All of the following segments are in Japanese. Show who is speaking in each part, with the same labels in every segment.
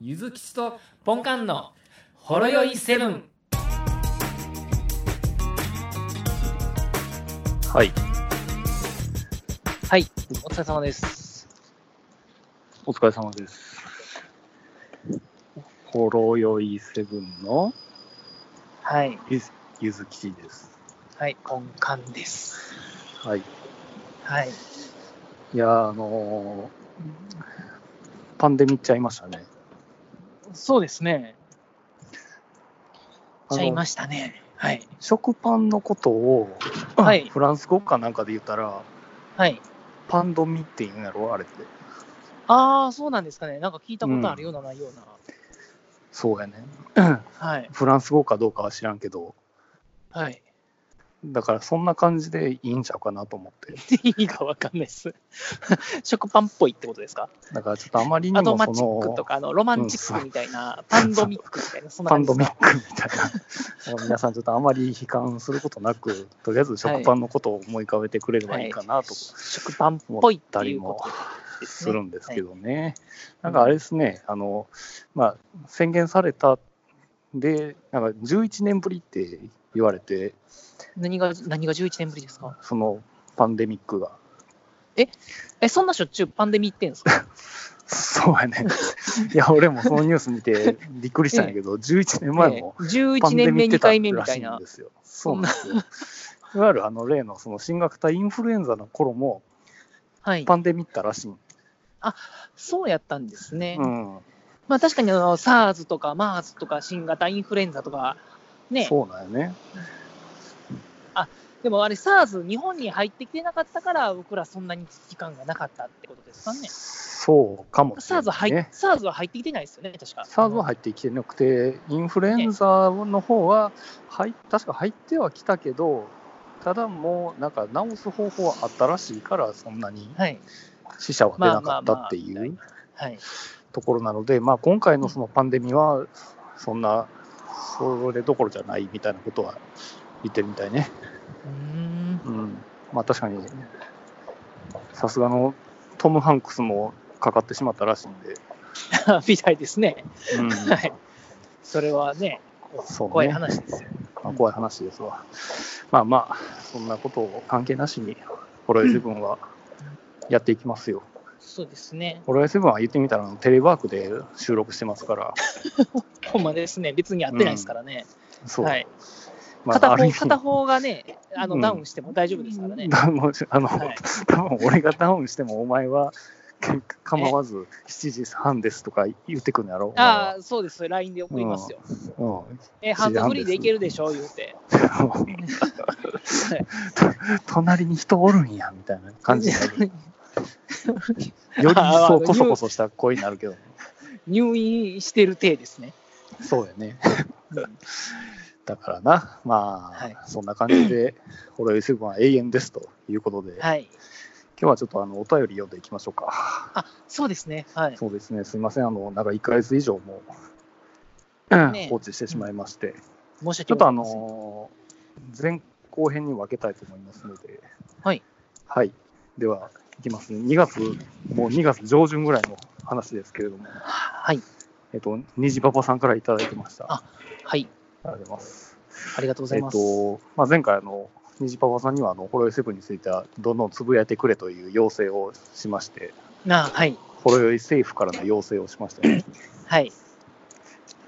Speaker 1: ゆずきちとポンカンのほろよいセブン。
Speaker 2: はい。
Speaker 3: はい、お疲れ様です。
Speaker 2: お疲れ様です。ほろよいセブンの
Speaker 3: はい、
Speaker 2: ゆゆずきちです。
Speaker 3: はい、根幹です。
Speaker 2: はい。
Speaker 3: はい。
Speaker 2: いやー、あのーパンデミッちゃいましたね。
Speaker 3: そうですね。
Speaker 2: あの
Speaker 3: ちゃいましたね。はい。
Speaker 2: 食パンのことを、
Speaker 3: はい
Speaker 2: フランス語かなんかで言ったら、
Speaker 3: はい。
Speaker 2: パンドミって言うんやろ、あれって。
Speaker 3: ああ、そうなんですかね。なんか聞いたことあるような、ないような。
Speaker 2: そうやね。
Speaker 3: はい。
Speaker 2: フランス語かどうかは知らんけど、
Speaker 3: はい。
Speaker 2: だからそんな感じでいいんちゃうかなと思って。
Speaker 3: 意味がわかんないです。 食パンっぽいってことですか
Speaker 2: だからちょっとあまりに
Speaker 3: アド
Speaker 2: も
Speaker 3: マ
Speaker 2: そ
Speaker 3: チックと
Speaker 2: の、
Speaker 3: か、あの、ロマンチックみたいな、パンドミックみたいな、そんな
Speaker 2: パン
Speaker 3: 感じで
Speaker 2: ド
Speaker 3: す
Speaker 2: ミ
Speaker 3: か
Speaker 2: ックみたいな、皆 さんちょっとあまり悲観することなく、とりあえず食パンのことを思い浮かべてくれればいいかなと
Speaker 3: 食パンっ
Speaker 2: 思
Speaker 3: ぽい
Speaker 2: っ
Speaker 3: って
Speaker 2: た
Speaker 3: い
Speaker 2: り
Speaker 3: うこ
Speaker 2: も
Speaker 3: とです
Speaker 2: す
Speaker 3: ね。
Speaker 2: るんですけどね。なんかあれですね、あの、まあ、宣言されたで、なんか11年ぶりって言われて、
Speaker 3: 何が、何が11年ぶりですか
Speaker 2: そのパンデミックが。
Speaker 3: え、そんなしょっちゅうパンデミ行ってんですか
Speaker 2: そうやね。いや、俺もそのニュース見てびっくりしたんや けど、11年前
Speaker 3: ね
Speaker 2: も
Speaker 3: 11年目、2回目みたい
Speaker 2: パ
Speaker 3: な
Speaker 2: ンデミックってらしん。ですよそうなんですよ。いわゆるあの例のその新型インフルエンザの頃も
Speaker 3: はい。
Speaker 2: パンデミックらしい。
Speaker 3: そうやったんですね。
Speaker 2: うん。
Speaker 3: まあ確かにあの SARS とか MERS とか新型インフルエンザとか、ね、
Speaker 2: そうなんよね。
Speaker 3: でもあれ SARS 日本に入ってきてなかったから、僕らそんなに危機感がなかったってことですかね。
Speaker 2: そうかもしれ
Speaker 3: SARS
Speaker 2: な
Speaker 3: 入
Speaker 2: い
Speaker 3: っ
Speaker 2: ね。
Speaker 3: SARS は入ってきてないですよね、確か。
Speaker 2: サーズは入ってきてなくて、インフルエンザの方は、はい、確か入ってはきたけど、ただもう、なんか治す方法はあったらしいから、そんなに
Speaker 3: はい。
Speaker 2: 死者は出なかったってい
Speaker 3: まあまあ
Speaker 2: う
Speaker 3: はい。
Speaker 2: ところなので、まあ、今回のそのパンデミは、そんな、それどころじゃないみたいなことは言ってるみたいね。
Speaker 3: うーん。
Speaker 2: うん、まあ確かに、さすがのトム・ハンクスもかかってしまったらしいんで、
Speaker 3: みたいですね。
Speaker 2: うん
Speaker 3: はい。それはね、こ
Speaker 2: そうね
Speaker 3: 怖い話ですよ。
Speaker 2: まあ怖い話ですわ。まあまあ、そんなことを関係なしに、ホロエイセブンはやっていきますよ。
Speaker 3: そうですね。
Speaker 2: ホロエイセブンは言ってみたら、テレワークで収録してますから、
Speaker 3: ほんまですね。別にやってないですからね。
Speaker 2: そう、
Speaker 3: はい。
Speaker 2: ま
Speaker 3: 片
Speaker 2: あ、ある
Speaker 3: 方、
Speaker 2: 意味
Speaker 3: 片方がね、あの、
Speaker 2: うん
Speaker 3: ダウンしても大丈夫ですからね。
Speaker 2: ダウン あの、
Speaker 3: はい
Speaker 2: 多分俺がダウンしてもお前はけ構わず7時半ですとか言ってくるんやろ。
Speaker 3: ああ、そうです。LINE で送りますよ。
Speaker 2: お前は
Speaker 3: え、ハンドフリーでいけるでしょ言うて。
Speaker 2: うん隣に人おるんやみたいな感じになる より一層こそこそした声になるけど、
Speaker 3: 入院してる体ですね。
Speaker 2: そうやね。
Speaker 3: うん
Speaker 2: だからな、まあ、
Speaker 3: はい
Speaker 2: そんな感じで、ホロエイセブンは永遠ですということで、今
Speaker 3: はい。
Speaker 2: 日はちょっとあのお便り読んでいきましょうか。
Speaker 3: あ、そうですね。はい。
Speaker 2: そうですね、すみません、あのなんか1ヶ月以上も、
Speaker 3: ね
Speaker 2: 放置してしまいまして、
Speaker 3: 申し
Speaker 2: ちょ
Speaker 3: 訳
Speaker 2: っと
Speaker 3: ござ
Speaker 2: あ
Speaker 3: いません。
Speaker 2: のー前後編に分けたいと思いますので、
Speaker 3: はい。
Speaker 2: はい、では、いきますね、2月、もう2月上旬ぐらいの話ですけれども、
Speaker 3: はい。
Speaker 2: えっと、虹パパさんからいただいてました。
Speaker 3: あはい。
Speaker 2: ありがとうございます。
Speaker 3: ありがとうござ
Speaker 2: え
Speaker 3: い
Speaker 2: っ
Speaker 3: ます。
Speaker 2: と、まあ、前回あの、虹パパさんにはあの、ホロヨイセブンについては、どんどんつぶやいてくれという要請をしまして、
Speaker 3: なあ、はい。
Speaker 2: ホロヨイ政府からの要請をしましたね。
Speaker 3: はい。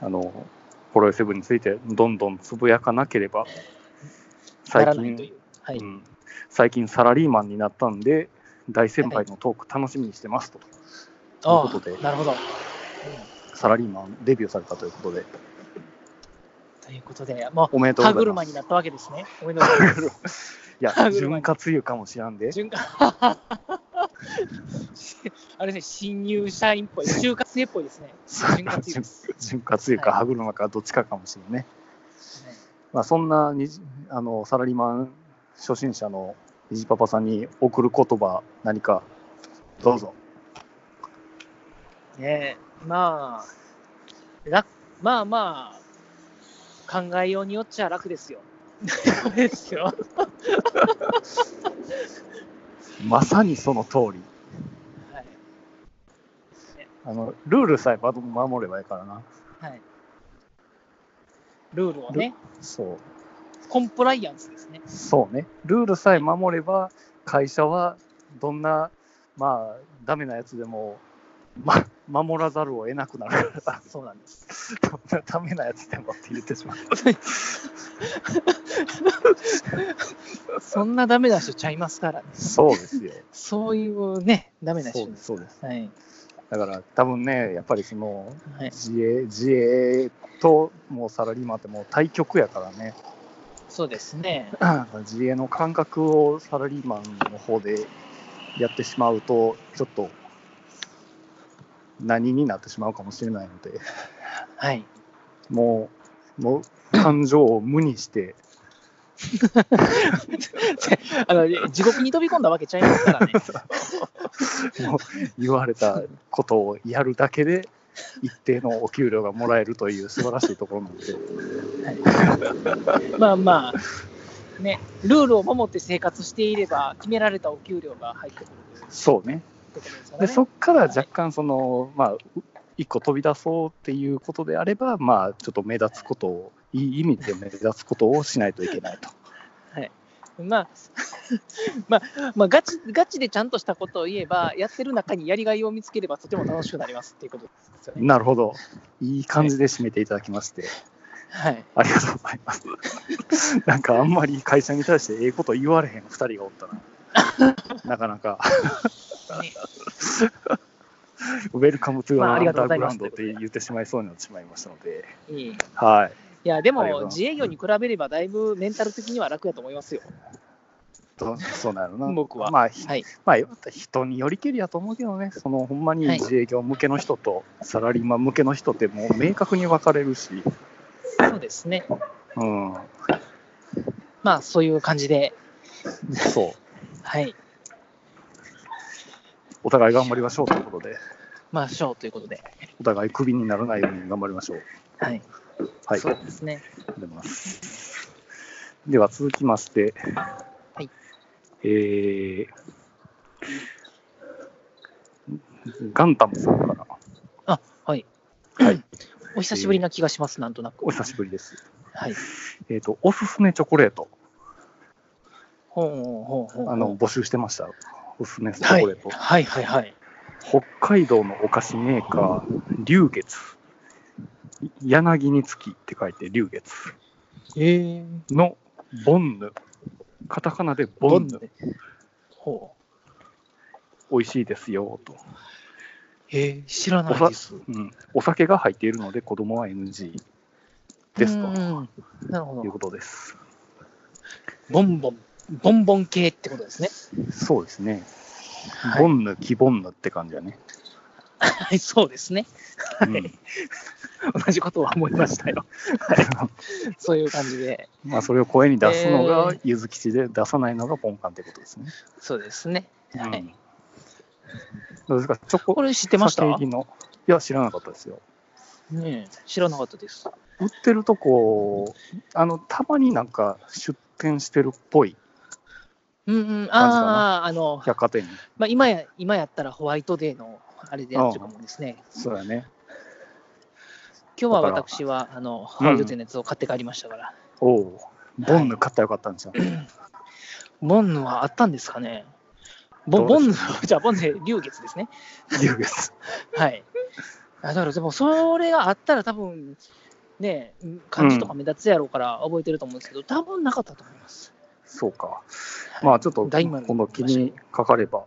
Speaker 2: あの、ホロヨイセブンについて、どんどんつぶやかなけれ
Speaker 3: な
Speaker 2: ば、最
Speaker 3: らないとい
Speaker 2: 近、。
Speaker 3: う。はいう
Speaker 2: ん、最近サラリーマンになったんで、大先輩のトーク楽しみにしてますと、
Speaker 3: あ
Speaker 2: ということで
Speaker 3: あ、なるほど。うん
Speaker 2: サラリーマンデビューされたということで、
Speaker 3: ということで、も
Speaker 2: おめで
Speaker 3: う、
Speaker 2: とう
Speaker 3: 歯
Speaker 2: ござい
Speaker 3: 車
Speaker 2: ます。
Speaker 3: になったわけですね。おめでとうございます。
Speaker 2: いや、
Speaker 3: 歯車
Speaker 2: 潤滑油かもしらんで、
Speaker 3: 循環 あれですね、新入社員っぽい、就活生っぽいです ね。潤滑油です。
Speaker 2: 潤滑油か
Speaker 3: はい
Speaker 2: 歯車かどっちかかもしれないね。
Speaker 3: ね
Speaker 2: まあ、そんなにじあのサラリーマン初心者のにじパパさんに送る言葉何かどうぞ
Speaker 3: ねえ、まあ、楽まあまあ、考えようによっちゃ楽ですよ。ですよ。
Speaker 2: まさにその通り
Speaker 3: はいね
Speaker 2: あの、ルールさえ守ればいいからな。
Speaker 3: はい。ルールをね、
Speaker 2: そう。
Speaker 3: コンプライアンスですね。
Speaker 2: そうね。ルールさえ守れば、会社はどんな、まあ、ダメなやつでも、ま、守らざるを得なくなるから、
Speaker 3: そうなんです。
Speaker 2: どんなダメなやつでもって言ってしまう。
Speaker 3: そんなダメな人ちゃいますからね。
Speaker 2: そうですよ。
Speaker 3: そういうね、ダメな
Speaker 2: そ
Speaker 3: 人
Speaker 2: う
Speaker 3: で
Speaker 2: です
Speaker 3: す。
Speaker 2: そうです。
Speaker 3: はい。
Speaker 2: だから、多分ね、やっぱりその、
Speaker 3: はい。
Speaker 2: 自営、自営ともうサラリーマンってもう対極やからね。
Speaker 3: そうですね。
Speaker 2: 自衛の感覚をサラリーマンの方でやってしまうと、ちょっと何になってしまうかもしれないので、
Speaker 3: はい。
Speaker 2: もう、もう感情を無にして、
Speaker 3: あの、地獄に飛び込んだわけちゃいますからね。
Speaker 2: もう言われたことをやるだけで、一定のお給料がもらえるという素晴らしいところなので、
Speaker 3: まあまあ、ね、ルールを守って生活していれば、決められたお給料が入ってくる
Speaker 2: そうね。
Speaker 3: ところですから
Speaker 2: で、
Speaker 3: ね。
Speaker 2: そっから若干、その、まあ、一個飛び出そうっていうことであれば、まあ、ちょっと目立つことを、いい意味で目立つことをしないといけないと。
Speaker 3: まあ、 まあ、まあ、ガチ、ガチでちゃんとしたことを言えば、やってる中にやりがいを見つければとても楽しくなりますっていうことですよね。
Speaker 2: なるほど。いい感じで締めていただきまして、
Speaker 3: はい。
Speaker 2: ありがとうございます。 なんかあんまり会社に対してええこと言われへん2人がおった な。なかなか、 ウェルカムトゥ
Speaker 3: まあ
Speaker 2: ア
Speaker 3: あ
Speaker 2: ン
Speaker 3: り
Speaker 2: ダ
Speaker 3: がとうござい
Speaker 2: ーグラ
Speaker 3: ま
Speaker 2: ウ
Speaker 3: す
Speaker 2: ンドって言ってしまいそうになってしまいましたので、
Speaker 3: いいい
Speaker 2: はい。
Speaker 3: や、で
Speaker 2: ありがとう
Speaker 3: も、
Speaker 2: ございます
Speaker 3: 自営業に比べれば、だいぶメンタル的には楽やと思いますよ。
Speaker 2: とそうなるな。
Speaker 3: 僕は
Speaker 2: まあ、ひ
Speaker 3: はい。
Speaker 2: まあ、人によりけりやと思うけどね、そのほんまに
Speaker 3: はい
Speaker 2: 自営業向けの人とサラリーマン向けの人ってもう明確に分かれるし、
Speaker 3: そうですね。
Speaker 2: うん、
Speaker 3: まあ、そういう感じで、
Speaker 2: そう。
Speaker 3: はい。
Speaker 2: お互い頑張りましょうということで。
Speaker 3: まあ、ショーということで。
Speaker 2: お互いクビにならないように頑張りましょう。
Speaker 3: はい。
Speaker 2: はい、
Speaker 3: そう
Speaker 2: あ
Speaker 3: ですね。
Speaker 2: りがとうございます。では続きまして、
Speaker 3: はい、
Speaker 2: えー、ガンタムさんから
Speaker 3: はい。
Speaker 2: はい
Speaker 3: お久しぶりな気がします、なんとなく。
Speaker 2: お久しぶりです。
Speaker 3: はい。
Speaker 2: えっ、と、おすすめチョコレート、
Speaker 3: ほうほうほうほう。
Speaker 2: あの、募集してました。おすすめチ
Speaker 3: は
Speaker 2: ョ
Speaker 3: い、
Speaker 2: コレート。
Speaker 3: はいはいはい。
Speaker 2: 北海道のお菓子メーカー、龍月。柳につきって書いて、龍月
Speaker 3: ええ
Speaker 2: のボンヌ。カタカナでボ
Speaker 3: ボ
Speaker 2: ン
Speaker 3: ン
Speaker 2: ヌ
Speaker 3: ヌ。。ほう。
Speaker 2: 美味しいですよと、
Speaker 3: えー、知らないです。
Speaker 2: うん、お酒が入っているので子供は NG です
Speaker 3: う
Speaker 2: と
Speaker 3: んなるほ
Speaker 2: いう
Speaker 3: ど。
Speaker 2: ことです。
Speaker 3: ボンボン、ボンボン系ってことですね。
Speaker 2: そうですね。
Speaker 3: はい
Speaker 2: ボンヌ、キボンヌって感じやね。
Speaker 3: はい、そうですね。
Speaker 2: うん
Speaker 3: い同じことは思いましたよ。 そういう感じで。
Speaker 2: まあそれを声に出すのが
Speaker 3: えー
Speaker 2: ゆず吉で出さないのがポンカンってことですね。
Speaker 3: そうですね。はい
Speaker 2: うんどうですかチョコ
Speaker 3: これ知ってました
Speaker 2: 酒入りのいや知らなかったですよ。
Speaker 3: ねえ知らなかったです。
Speaker 2: 売ってるとこあのたまになんか出店してるっぽい
Speaker 3: うんうん、
Speaker 2: 感じか
Speaker 3: ああ、あの、
Speaker 2: 百貨店に。
Speaker 3: まあ、今や、今やったらホワイトデーの、あれでやってるかもですね。
Speaker 2: そうやね。
Speaker 3: 今日は
Speaker 2: だから
Speaker 3: 私は、あの、ホワイトデーのやつを買って帰りましたから。
Speaker 2: おおう、ボンヌ買ったらよかったんじ ゃん。
Speaker 3: ボンヌはあったんですかねボ
Speaker 2: ど
Speaker 3: ボ
Speaker 2: う
Speaker 3: ン
Speaker 2: で
Speaker 3: ヌ、じゃあボンヌ、龍月ですね。
Speaker 2: 龍月。
Speaker 3: はい。あだから、でも、それがあったら多分、ね、漢字とか目立つやろうから覚えてると思うんですけど、多分なかったと思います。
Speaker 2: そうか。まあちょっと
Speaker 3: 大満足
Speaker 2: 今度気にかかれば、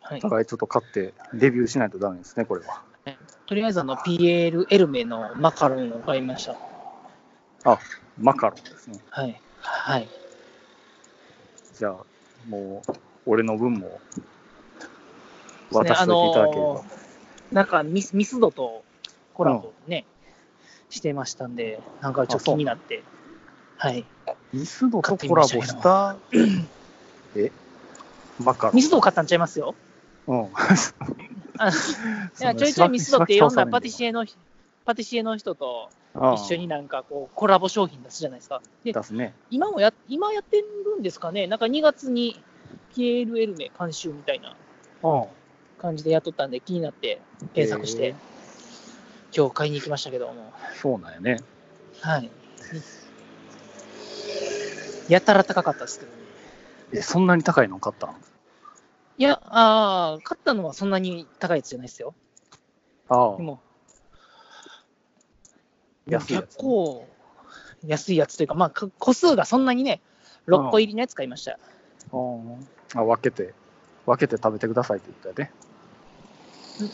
Speaker 3: はい
Speaker 2: お、互いちょっと買ってデビューしないとダメですね、これは。
Speaker 3: とりあえず、あの、PL エルメのマカロンを買いました。
Speaker 2: マカロンですね。
Speaker 3: はい。はい。
Speaker 2: じゃあ、もう、俺の分も渡しておいていただければ。
Speaker 3: あのなんかミス、ミスドとコラボをね、してましたんで、なんかちょっと気になって。はい。
Speaker 2: ミスドとコラボした、えマカロン。
Speaker 3: ミスドを買ったんちゃいますよ。
Speaker 2: うん。
Speaker 3: あ いやちょいちょいミスドっていろんなパティシ
Speaker 2: エ
Speaker 3: エの人パティシエの人と一緒
Speaker 2: に。
Speaker 3: になんかこうコラボ商品出すじゃないですか。で、
Speaker 2: 出すね。
Speaker 3: 今もや今やってるんですかね、なんか2月に PL エルメ監修みたいな
Speaker 2: うん。
Speaker 3: 感じでやっとったんで、気になって検索し
Speaker 2: へ
Speaker 3: て、今日買いに行きましたけども、
Speaker 2: そうなんやね。
Speaker 3: はい。やたら高かったですけどね。
Speaker 2: え、そんなに高いの買ったん
Speaker 3: いや、ああ、買ったのはそんなに高いやつじゃないですよ。
Speaker 2: ああ
Speaker 3: で、も、
Speaker 2: 安いやつ
Speaker 3: 結。構安いやつというか、まあ、か個数がそんなにね、6個入りのやつ買いました。
Speaker 2: ああ、分けて、分けて食べてくださいって言ったよね。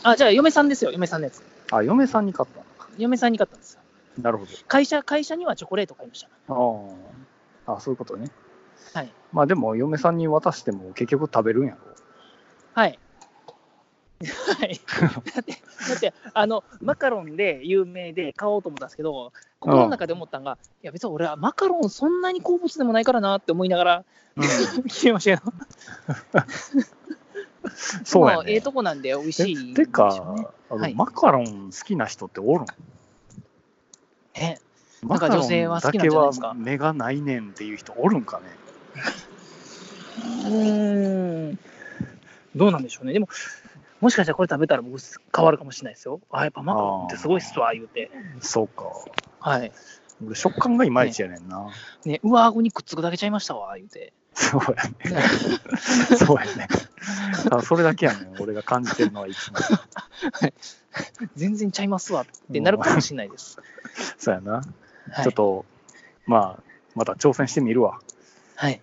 Speaker 3: あ、じゃあ、嫁さんですよ、嫁さんのやつ。
Speaker 2: あ、嫁さんに買ったのか。
Speaker 3: 嫁さんに買ったんですよ。
Speaker 2: なるほど。
Speaker 3: 会社、会社にはチョコレート買いました。
Speaker 2: あああそういうことね。
Speaker 3: はい。
Speaker 2: まあでも、嫁さんに渡しても結局食べるんやろ。
Speaker 3: はい。 はい。だって、だって、あの、マカロンで有名で買おうと思ったんですけど、心の中で思ったんが、いや、別に俺はマカロンそんなに好物でもないからなって思いながら、決めましたけど、
Speaker 2: そうや
Speaker 3: まあ
Speaker 2: ね。
Speaker 3: ええとこなんで美味しいんでし
Speaker 2: て
Speaker 3: ょうね
Speaker 2: か、あの
Speaker 3: はい
Speaker 2: マカロン好きな人っておるん
Speaker 3: ねな
Speaker 2: マ
Speaker 3: んか
Speaker 2: カロ
Speaker 3: 女
Speaker 2: ン
Speaker 3: 性は好
Speaker 2: だ
Speaker 3: きなんじ
Speaker 2: け
Speaker 3: ゃないで
Speaker 2: は
Speaker 3: すか
Speaker 2: 目がないねんっていう人おるんかね。
Speaker 3: うーんどうなんでしょうね。でも、もしかしたらこれ食べたら僕変わるかもしれないですよ。あ、やっぱマカロンってすごいっすわ、言うて。
Speaker 2: そうか。
Speaker 3: はい。
Speaker 2: 俺、食感がいまいちやねんな。
Speaker 3: ね、上顎にくっつくだけちゃいましたわ、言うて。
Speaker 2: そうやね。 そうやね。あそれだけやねん、俺が感じてるのはいつも。
Speaker 3: 全然ちゃいますわってなるかもしれないです。
Speaker 2: そうやな。
Speaker 3: はい、
Speaker 2: ちょっと、まあ、また挑戦してみるわ。
Speaker 3: はい。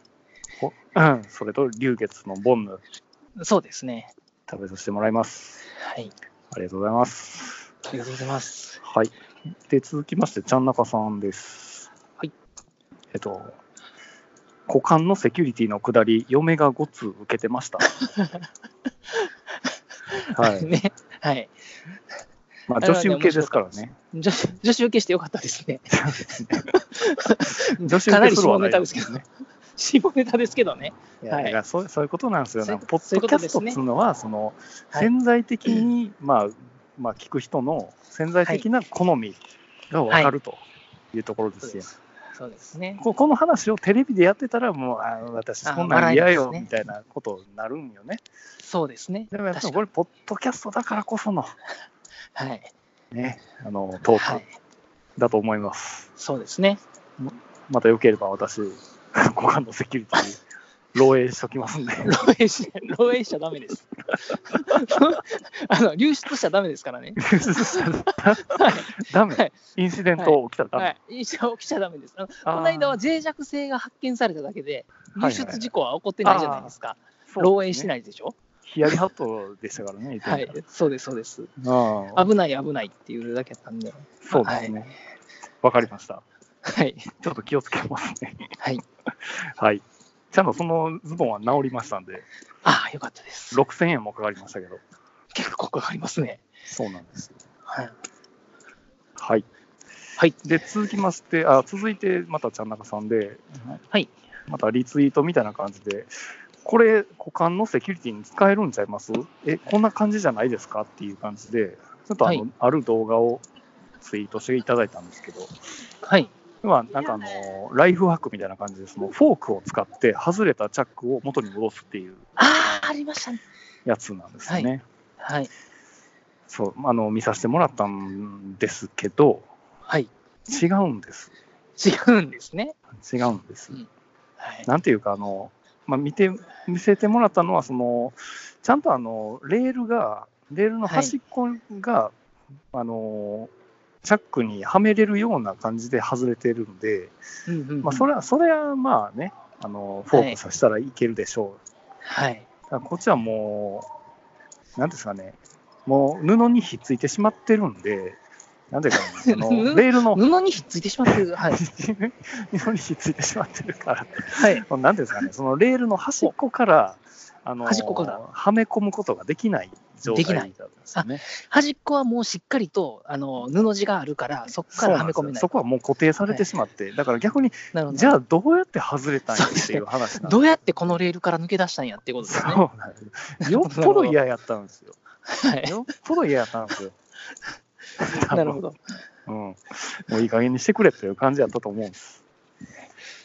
Speaker 2: ほうんそれと、流月のボンヌ、
Speaker 3: そうですね。
Speaker 2: 食べさせてもらいます。
Speaker 3: はい。
Speaker 2: ありがとうございます。
Speaker 3: ありがとうございます。
Speaker 2: はい。で、続きまして、ちゃんなかさんです。
Speaker 3: はい。
Speaker 2: えっと、股間のセキュリティの下り、嫁がごつ受けてま した。はい。
Speaker 3: ね。はい。
Speaker 2: まあ、
Speaker 3: あれは
Speaker 2: 女
Speaker 3: ね
Speaker 2: 子受けですからね。
Speaker 3: 女子、女子受けしてよかったですね。
Speaker 2: 女子
Speaker 3: か
Speaker 2: 受
Speaker 3: な
Speaker 2: け
Speaker 3: り
Speaker 2: す
Speaker 3: 下
Speaker 2: るはな
Speaker 3: ネ
Speaker 2: い
Speaker 3: タですけどね。下ネタですけどね。
Speaker 2: いや
Speaker 3: はい
Speaker 2: だからそうそういうことなんですよ
Speaker 3: そうい
Speaker 2: ね
Speaker 3: う。
Speaker 2: ポッドキャスト
Speaker 3: そ
Speaker 2: っ
Speaker 3: ういうことですね
Speaker 2: つうのは、その
Speaker 3: はい
Speaker 2: 潜在的に、まあ、まあ、聞く人の潜在的な好みが分かるというところで
Speaker 3: そう
Speaker 2: す
Speaker 3: で
Speaker 2: よ。
Speaker 3: す。そうですね。
Speaker 2: ここの話をテレビでやってたら、もう、あ私、
Speaker 3: あ
Speaker 2: そんなん嫌
Speaker 3: 笑
Speaker 2: よ
Speaker 3: いですね
Speaker 2: みたいなことになるんよね。
Speaker 3: そうですね。
Speaker 2: でもやっぱ
Speaker 3: 確
Speaker 2: こ
Speaker 3: かに
Speaker 2: れ、ポッドキャストだからこその、
Speaker 3: はい。
Speaker 2: ね、あのト
Speaker 3: は
Speaker 2: ー
Speaker 3: い
Speaker 2: ク。だと思います。
Speaker 3: そうですね。
Speaker 2: またよければ私、 股間のセキュリティ、漏洩しときますん で。
Speaker 3: 漏洩し、漏洩しちゃダメです。 あの、流出しちゃダメですからね。
Speaker 2: ダ
Speaker 3: は
Speaker 2: メ
Speaker 3: い。
Speaker 2: インシデント起きたらダメ。
Speaker 3: はい。一応起きちゃダメです。あの
Speaker 2: あー
Speaker 3: この間は脆弱性が発見されただけで、
Speaker 2: はいは
Speaker 3: 流
Speaker 2: い
Speaker 3: 出事故は起こってないじゃないですか。漏洩して
Speaker 2: い。
Speaker 3: ないでしょ
Speaker 2: ヒヤリハットでしたからね、
Speaker 3: は
Speaker 2: 言
Speaker 3: い
Speaker 2: って。
Speaker 3: そうです、そうです。
Speaker 2: みたらああ
Speaker 3: 危ない、危ないっていうだけだったんで。
Speaker 2: そうですね。わかりました。
Speaker 3: はい。
Speaker 2: ちょっと気をつけますね。
Speaker 3: はい。
Speaker 2: はい。ちゃんとそのズボンは治りましたんで、
Speaker 3: ああ、よかったです。
Speaker 2: 6000円もかかりましたけど。
Speaker 3: 結構かかりますね。
Speaker 2: そうなんですよ。
Speaker 3: はい。
Speaker 2: はい。
Speaker 3: はい。
Speaker 2: で、続きまして、あ、続いてまたちゃんなかさんで、
Speaker 3: はい。
Speaker 2: またリツイートみたいな感じで、これ、股間のセキュリティに使えるんちゃいますえ、こんな感じじゃないですかっていう感じで、ちょっとあの、
Speaker 3: はい
Speaker 2: ある動画をツイートしていただいたんですけど、
Speaker 3: はい。
Speaker 2: まあ、なんかあの、ライフハックみたいな感じで、そのフォークを使って外れたチャックを元に戻すっていう
Speaker 3: ああ、ありましたね。
Speaker 2: やつなんですよね。
Speaker 3: はい。
Speaker 2: そう、あの、見させてもらったんですけど、
Speaker 3: はい。
Speaker 2: 違うんです。
Speaker 3: 違うんですね。
Speaker 2: 違うんです。
Speaker 3: はい。
Speaker 2: なんていうか、あの、まあ、見て、見せてもらったのは、その、ちゃんとあの、レールが、レールの端っこが、あの、チャックにはめれるような感じで外れてるんで、
Speaker 3: うんうんうん
Speaker 2: まあ、それは、それはまあね、あの、フォークさせたらいけるでしょ
Speaker 3: はい。
Speaker 2: う。ただこっちはもう、なんですかね、もう布にひっついてしまってるんで、なんていうか、あの、レールの、
Speaker 3: 布にひっついてしまってる。はい。
Speaker 2: 布にひっついてしまってるから、
Speaker 3: はい。
Speaker 2: そのなんていうんですかね、そのレールの端っこから、あの
Speaker 3: 端っこから
Speaker 2: はめ込むことができない状
Speaker 3: で
Speaker 2: 態
Speaker 3: きない
Speaker 2: だったんですよね。
Speaker 3: 端っこはもうしっかりとあの布地があるから、そこ
Speaker 2: そ
Speaker 3: か
Speaker 2: う
Speaker 3: らは
Speaker 2: なん
Speaker 3: め
Speaker 2: です
Speaker 3: 込
Speaker 2: よ
Speaker 3: めない
Speaker 2: そ。こはもう固定されてしまって、だから逆に、
Speaker 3: なるほど。
Speaker 2: じゃあどうやって外れたんや
Speaker 3: そうで
Speaker 2: っ
Speaker 3: す
Speaker 2: て
Speaker 3: ね
Speaker 2: いう話なん
Speaker 3: ど
Speaker 2: で
Speaker 3: うやってこのレールから抜け出したんやっていうことですすね。
Speaker 2: そうなんですよっぽど嫌やったんですよ。
Speaker 3: はい。
Speaker 2: よっぽど嫌やったんですよ。
Speaker 3: なるほど。
Speaker 2: うん、もういい加減にしてくれっていう感じやったと思うんです。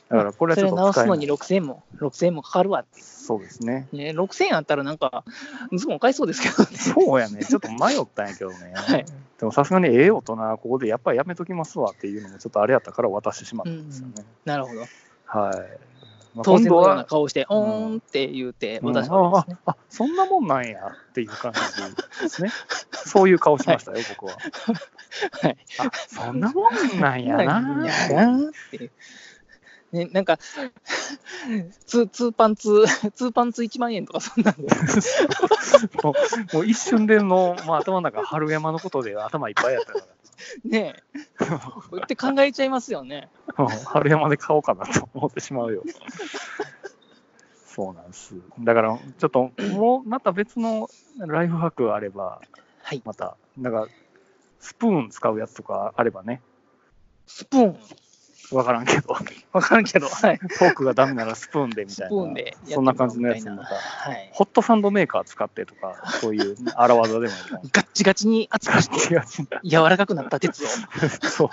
Speaker 2: だからこれは
Speaker 3: そ
Speaker 2: ちょ
Speaker 3: れ
Speaker 2: っと
Speaker 3: 直
Speaker 2: 使
Speaker 3: す
Speaker 2: え
Speaker 3: の
Speaker 2: な
Speaker 3: に
Speaker 2: い。
Speaker 3: 6000円も、6000円もかかるわって。
Speaker 2: そうですね。
Speaker 3: ね、6000円あったらなんか、ズボン買いそうですけどね。
Speaker 2: そうやね。ちょっと迷ったんやけどね。
Speaker 3: はい
Speaker 2: でもさすがにええ大人はここでやっぱりやめときますわっていうのもちょっとあれやったから渡してしまったんですよね。
Speaker 3: なるほど。
Speaker 2: はい。まあ
Speaker 3: 当然のよう
Speaker 2: 今
Speaker 3: な顔して、
Speaker 2: ん
Speaker 3: おーんって言うて、
Speaker 2: うん
Speaker 3: 私は、ね
Speaker 2: あああそんなもんなんやっていう感じですね。そういう顔しましたよ、僕は。
Speaker 3: はい。
Speaker 2: あそんなもんなんやな。
Speaker 3: やなっていう。ね、なんか、 ツーツーパンツ ー、ツーパンツ1万円とかそんなんで、
Speaker 2: もうもう一瞬での、まあ、頭の中、春山のことで頭いっぱいやったか
Speaker 3: ねえ、こうやって考えちゃいますよね。
Speaker 2: ら、もう春山で買おうかなと思ってしまうよ。そうなんです。だから、ちょっと、もうまた別のライフハックがあれば、
Speaker 3: はい
Speaker 2: また、なんか、スプーン使うやつとかあればね、
Speaker 3: スプーン、
Speaker 2: わからんけど、
Speaker 3: わからんけど、はい、
Speaker 2: フォークがダメならスプーンでみ
Speaker 3: スプ
Speaker 2: たいな。
Speaker 3: ーンでやってみよう
Speaker 2: そんな感じのやつ
Speaker 3: みたい
Speaker 2: と
Speaker 3: な
Speaker 2: か。
Speaker 3: はい。
Speaker 2: ホットサンドメーカー使ってとか、そういう荒技でもいいか な
Speaker 3: ガッチガチに熱くして、
Speaker 2: 違う
Speaker 3: 柔らかくなった鉄を。
Speaker 2: 違うそ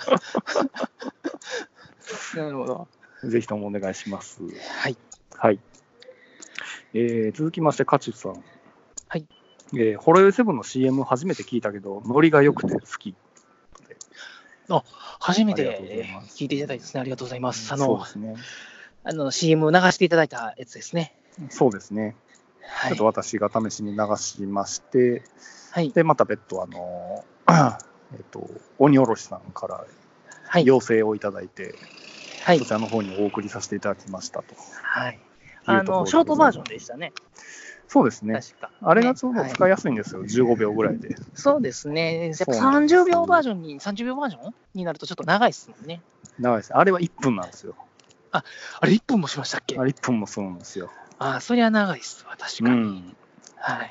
Speaker 2: う。
Speaker 3: なるほど。
Speaker 2: ぜひともお願いします。
Speaker 3: はい。
Speaker 2: はい。えー続きまして、カチュさん。
Speaker 3: はい。
Speaker 2: えー、ホロヨイセブンの CM 初めて聞いたけど、ノリが良くて好き。
Speaker 3: 初め
Speaker 2: ありがとうござ
Speaker 3: て
Speaker 2: います
Speaker 3: 聞いていただいてですね、ありがとうございます。あ
Speaker 2: そう
Speaker 3: の
Speaker 2: で、すね。
Speaker 3: あの CM 流していただいたやつですね。
Speaker 2: そうですね。
Speaker 3: は
Speaker 2: ちょ
Speaker 3: い
Speaker 2: っと。私が試しに流しまして、
Speaker 3: はい。
Speaker 2: で、また別途、あのー えっと、鬼おろしさんから
Speaker 3: はい。
Speaker 2: 要請をいただいて、
Speaker 3: はい
Speaker 2: そ。ちらの方にお送りさせていただきましたと。
Speaker 3: はい。あの、ショートバージョンでしたね。
Speaker 2: そうですね。
Speaker 3: 確か。
Speaker 2: あれがちょうど
Speaker 3: ね
Speaker 2: 使いやすいんですよ、15秒ぐらいで。
Speaker 3: そうですね。やっぱ
Speaker 2: そうなんですよ
Speaker 3: 30秒バージョンに、30秒バージョンになるとちょっと長いですもんね。
Speaker 2: 長いです。あれは1分なんですよ。
Speaker 3: あれ、1分もしましたっけ
Speaker 2: あれ1分もそうなんですよ。
Speaker 3: ああ、そりゃ長いっすわ、確
Speaker 2: う
Speaker 3: かに。
Speaker 2: ん。
Speaker 3: はい。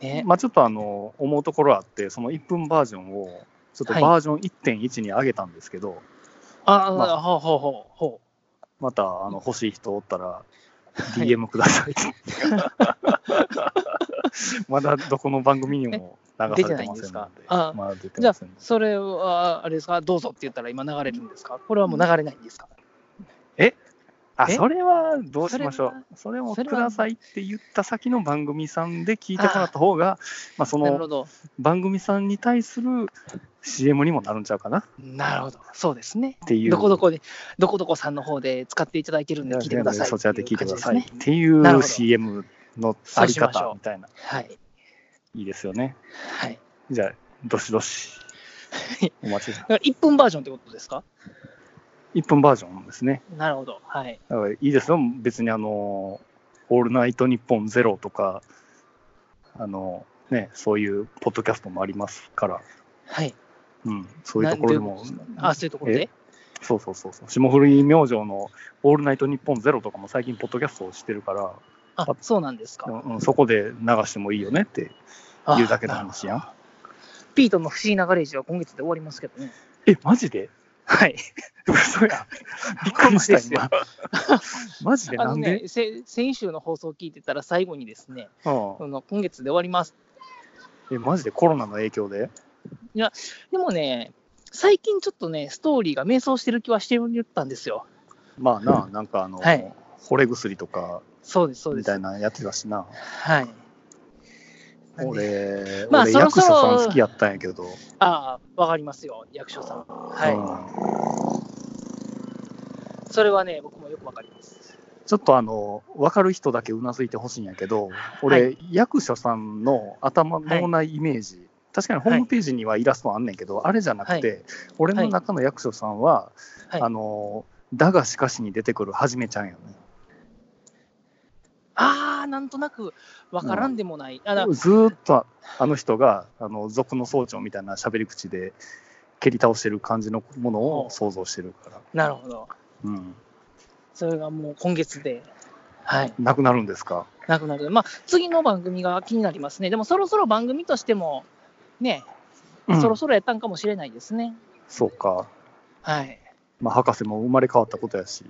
Speaker 3: ね。
Speaker 2: まあちょっとあの、思うところあって、その1分バージョンを、ちょっと
Speaker 3: はい
Speaker 2: バージョン1.1に上げたんですけど、
Speaker 3: ああ、
Speaker 2: まあ
Speaker 3: ほうほうほうほ
Speaker 2: またあの欲しい人おったら、
Speaker 3: う。はい
Speaker 2: DM ください と。まだどこの番組にも流され
Speaker 3: 出てな
Speaker 2: てませんので
Speaker 3: いんですかあ
Speaker 2: まだ出て
Speaker 3: じゃ
Speaker 2: ま
Speaker 3: あ
Speaker 2: せん、
Speaker 3: それは、あれですか、どうぞって言ったら今流れるんですかこれはもう流れないんですか
Speaker 2: あ
Speaker 3: え
Speaker 2: それはどうしましょうそれを
Speaker 3: それ
Speaker 2: く
Speaker 3: は
Speaker 2: ださいって言った先の番組さんで聞いてもらった方がまあそ
Speaker 3: なる
Speaker 2: の
Speaker 3: ほど。
Speaker 2: 番組さんに対する CM にもなるんちゃうかなっ
Speaker 3: なるほど。そうですね。
Speaker 2: ていう。
Speaker 3: どこどこで、どこどこさんの方で使っていただいてるんで聞いてください。
Speaker 2: そちらで聞いてください
Speaker 3: っ
Speaker 2: って
Speaker 3: う感じ
Speaker 2: てい
Speaker 3: なるほ
Speaker 2: う
Speaker 3: ど
Speaker 2: CM のあり
Speaker 3: そうしましょ
Speaker 2: 方
Speaker 3: う
Speaker 2: みたいな。
Speaker 3: ですね。はい。
Speaker 2: いいですよね。
Speaker 3: はい。
Speaker 2: じゃあ、どしどし
Speaker 3: い。
Speaker 2: お待ちして
Speaker 3: だから1分バージョンってことですか
Speaker 2: 1分バージョンですね。
Speaker 3: なるほど。はい。
Speaker 2: だからいいですよ。別にあの、オールナイトニッポンゼロとか、あの、ね、そういうポッドキャストもありますから、
Speaker 3: はい。
Speaker 2: うん、そういうところでも、
Speaker 3: あ、そういうところで
Speaker 2: そうそうそうそう、霜降り明星のオールナイトニッポンゼロとかも最近、ポッドキャストをしてるから、
Speaker 3: あ
Speaker 2: あ、
Speaker 3: そうなんです
Speaker 2: うん
Speaker 3: か。
Speaker 2: うんそこで流してもいいよねって
Speaker 3: あ
Speaker 2: 言うだけの話やん。
Speaker 3: ピートの不思議なガレージは今月で終わりますけどね。
Speaker 2: え、マジで
Speaker 3: はい。
Speaker 2: 嘘やん。びっくりした、今。 マジで
Speaker 3: あ
Speaker 2: な
Speaker 3: の
Speaker 2: んで、
Speaker 3: ね、せ先週の放送を聞いてたら最後にですね、
Speaker 2: う
Speaker 3: その今月で終わります。
Speaker 2: ん、え、マジでコロナの影響で
Speaker 3: でもね、最近ちょっとね、ストーリーが迷走してる気はしてたんですよ。
Speaker 2: まあな、なんかあの、
Speaker 3: はい
Speaker 2: 惚れ薬とか
Speaker 3: そうです、そうで
Speaker 2: み
Speaker 3: す
Speaker 2: たい。なやってたしな。
Speaker 3: はい。なんで
Speaker 2: 俺、
Speaker 3: まあ
Speaker 2: 俺
Speaker 3: そろ
Speaker 2: 役
Speaker 3: そ
Speaker 2: 所
Speaker 3: ろ
Speaker 2: さん好きやったんやけど。
Speaker 3: ああ、わかりますよ、役所さん。
Speaker 2: うん
Speaker 3: はい。それはね、僕もよくわかります。
Speaker 2: ちょっとあの、分かる人だけうなずいてほしいんやけど、俺、
Speaker 3: は
Speaker 2: 役所さんの頭、
Speaker 3: はい
Speaker 2: 脳内イメージ、確かにホームページにはイラストあんねんけど、あれじゃなくて、
Speaker 3: は
Speaker 2: 俺の中の役所さんは、
Speaker 3: はい
Speaker 2: あの、だがしかしに出てくるはじめちゃんよね。
Speaker 3: ああ、なんとなくわからんでもない。あら
Speaker 2: ずーっとあの人が、あの、族の総長みたいな喋り口で、蹴り倒してる感じのものを想像してるから、
Speaker 3: なるほど。
Speaker 2: うん。
Speaker 3: それがもう今月で、はい、
Speaker 2: なくなるんですか
Speaker 3: なくなる。まあ、次の番組が気になりますね。でも、そろそろ番組としても、ね、そろそろやったんかもしれないですね。
Speaker 2: そうか。
Speaker 3: はい、
Speaker 2: まあ、博士も生まれ変わったことやし。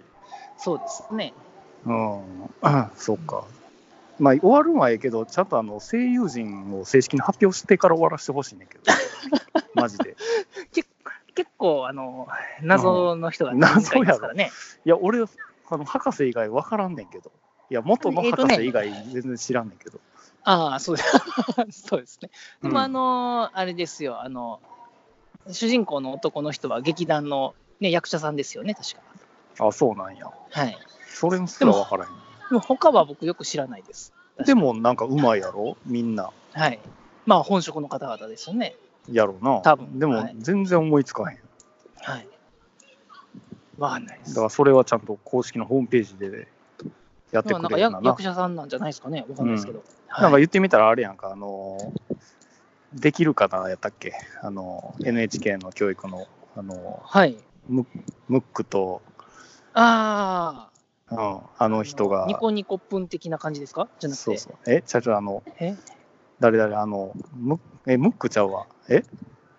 Speaker 3: そうですね。
Speaker 2: うん、そうか。まあ、終わるんはええけど、ちゃんとあの声 優陣を正式に発表してから終わらせてほしいねんけど、マジで。
Speaker 3: 結構、あの、謎の人が
Speaker 2: うん
Speaker 3: 何人かいますからね。
Speaker 2: いや、俺、あの、博士以外分からんねんけど。いや、元の博士以外全然知らんねんけど。
Speaker 3: ああ、そう です。そうですね。でも、
Speaker 2: うん
Speaker 3: あの、あれですよ、あの、主人公の男の人は劇団の、ね、役者さんですよね、確か。
Speaker 2: あ、そうなんや。
Speaker 3: はい。
Speaker 2: それもすら分からへん。
Speaker 3: でも他は僕よく知らないです。
Speaker 2: でも、なんかうまいやろみんな。
Speaker 3: はい。まあ、本職の方々ですよね。
Speaker 2: やろうな。
Speaker 3: 多分
Speaker 2: でも、
Speaker 3: はい
Speaker 2: 全然思いつかへん。
Speaker 3: はい。わかんないで
Speaker 2: だ
Speaker 3: す。
Speaker 2: から、それはちゃんと公式のホームページでやって
Speaker 3: まあ
Speaker 2: く
Speaker 3: なんか
Speaker 2: れ
Speaker 3: や
Speaker 2: るんだな。
Speaker 3: 役者さんなんじゃないですかね、わかんないですけど。はい
Speaker 2: なんか言ってみたらあれやんか、あのー、できるかなやったっけあのー、NHK の教育の、あの
Speaker 3: はい。
Speaker 2: ー、ムックと、
Speaker 3: ああ。
Speaker 2: うん、あの人が、
Speaker 3: ニコニコプン的な感じですかじゃなくて。
Speaker 2: そうそう。え、ちゃうちゃうあの、
Speaker 3: え
Speaker 2: 誰々、あの、ムッえ、ムックちゃうわ。え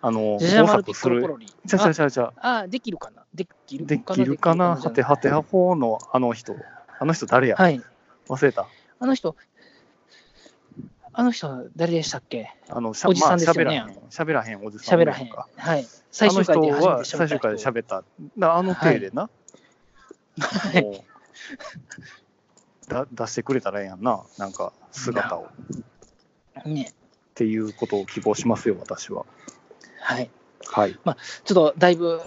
Speaker 2: あの、
Speaker 3: ジャジャ
Speaker 2: 工
Speaker 3: マルテ
Speaker 2: 作
Speaker 3: ィ
Speaker 2: す
Speaker 3: コロコ
Speaker 2: る。
Speaker 3: ロリ。
Speaker 2: ちゃうちゃうちゃうちゃう。
Speaker 3: ああ、できるかなできるか
Speaker 2: で
Speaker 3: な
Speaker 2: きるかな
Speaker 3: で
Speaker 2: は
Speaker 3: き
Speaker 2: て
Speaker 3: るか
Speaker 2: はてはほうのあの人。あの人誰や、
Speaker 3: なはい。
Speaker 2: 忘れた。
Speaker 3: あの人、あの人、誰でしたっけ
Speaker 2: あの、し
Speaker 3: おじさんですよね
Speaker 2: まあ、喋らへん。喋らへんおじさん
Speaker 3: 喋
Speaker 2: おる
Speaker 3: ら
Speaker 2: や
Speaker 3: へん
Speaker 2: か。
Speaker 3: はい。最終回で
Speaker 2: あの
Speaker 3: 初
Speaker 2: 人
Speaker 3: めて
Speaker 2: は最終回で
Speaker 3: 喋っ
Speaker 2: 喋った。なあの手でな。
Speaker 3: い
Speaker 2: もう だ出してくれたらええやんな、なんか姿を。った
Speaker 3: 人。ね。
Speaker 2: ていうことを希望しますよ、私は。
Speaker 3: はい。
Speaker 2: はい。
Speaker 3: ちょっとだいぶ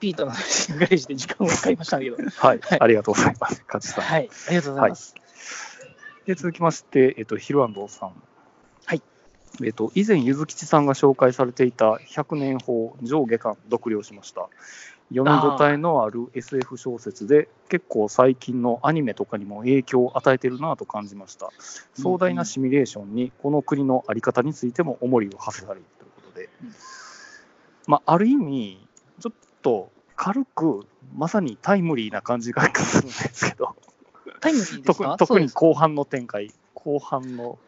Speaker 3: ピートの話がりして時間を使いましたけ ど。
Speaker 2: はい
Speaker 3: はい。
Speaker 2: ありがとうございます、勝地さん。
Speaker 3: はい。ありがとうございます。
Speaker 2: で続きまして、えっと、ヒルアンドさん。
Speaker 3: はい。
Speaker 2: えっと、以前、ゆずきちさんが紹介されていた100年法上下巻、読了しました。読み応えのある SF 小説で、結構最近のアニメとかにも影響を与えてるなぁと感じました。壮大なシミュレーションに、この国の在り方についても重りを馳せられるということで
Speaker 3: うん、
Speaker 2: まあ、ある意味、ちょっと軽く、まさにタイムリーな感じがするんですけど、
Speaker 3: タイムリーです
Speaker 2: 特
Speaker 3: か
Speaker 2: に特
Speaker 3: そうで
Speaker 2: に
Speaker 3: す
Speaker 2: 後半の展開、後半の。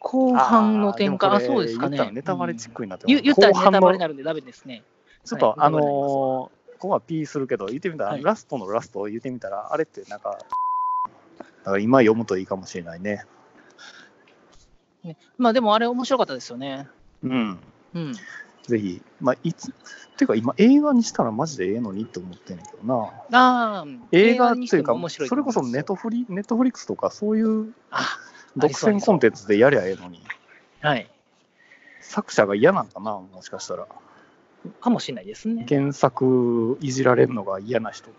Speaker 3: 後半の展開。
Speaker 2: あ
Speaker 3: あ、
Speaker 2: ー
Speaker 3: そうですか
Speaker 2: でもこれ言
Speaker 3: ね
Speaker 2: った。らネタバレチックになって
Speaker 3: 言言った
Speaker 2: 後
Speaker 3: らネタ
Speaker 2: 半
Speaker 3: バレに
Speaker 2: の、
Speaker 3: なるんでダメですね。
Speaker 2: ちょっと、
Speaker 3: はい
Speaker 2: あのーここは P するけど、言ってみたら、
Speaker 3: はい
Speaker 2: ラストのラストを言ってみたら、あれってなんか、だから今読むといいかもしれないね。
Speaker 3: ねまあでもあれ面白かったですよね。
Speaker 2: うん。
Speaker 3: うん。
Speaker 2: ぜひ、まあ、いつ、ていうか今映画にしたらマジでええのにって思ってんねんけどな。
Speaker 3: ああ、
Speaker 2: 映画っていうか、
Speaker 3: 白
Speaker 2: それこそネットフリ、ネットフリックスとか、そういう
Speaker 3: あ、
Speaker 2: 独占コンテンツでやりゃええのに、
Speaker 3: はい。
Speaker 2: 作者が嫌なんかな、もしかしたら。
Speaker 3: かもしれないですね。
Speaker 2: 原作いじられるのが嫌な人、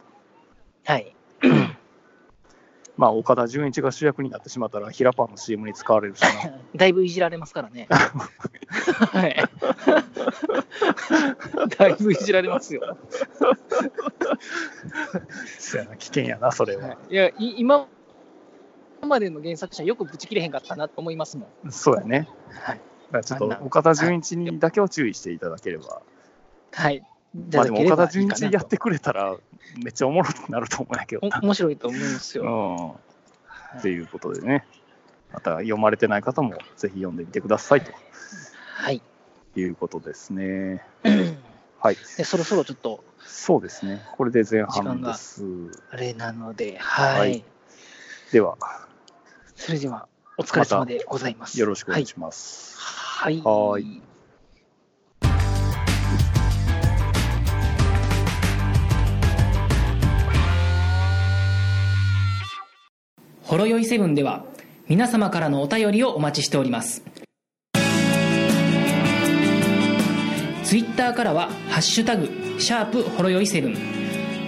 Speaker 3: はい。
Speaker 2: まあ、岡田准一が主役になってしまったら、平パンの CM に使われるし な、
Speaker 3: だいぶいじられますからね。 はい。だいぶいじられますよ。
Speaker 2: そうやな危険やな、それは。
Speaker 3: いや、い今までの原作者よくぶち切れへんかったなと思いますもん。
Speaker 2: そうやね。
Speaker 3: はい。
Speaker 2: だからちょっと岡田准一にだけは注意していただければ、
Speaker 3: はい。
Speaker 2: まあ、でも岡田准
Speaker 3: いただければいい
Speaker 2: 一
Speaker 3: かな
Speaker 2: や
Speaker 3: と
Speaker 2: ってくれたら、めっちゃおもろくなると思うんやけど
Speaker 3: お面白いと思いますよ。
Speaker 2: な。うん、って
Speaker 3: はい
Speaker 2: いうことでね、また読まれてない方もぜひ読んでみてくださいと
Speaker 3: はい。
Speaker 2: いうことですね。はい、
Speaker 3: でそろそろちょっと
Speaker 2: そうですね、これで前半です。
Speaker 3: あれなので、はい。
Speaker 2: はいでは、
Speaker 3: それでは、お疲れ様でございます。
Speaker 2: よろしくお願いします。
Speaker 3: はい。
Speaker 2: はー
Speaker 3: い。
Speaker 1: ほろよいセブンでは皆様からのお便りをお待ちしておりますツイッターからは「ハッシュタグシャープほろよいセブン」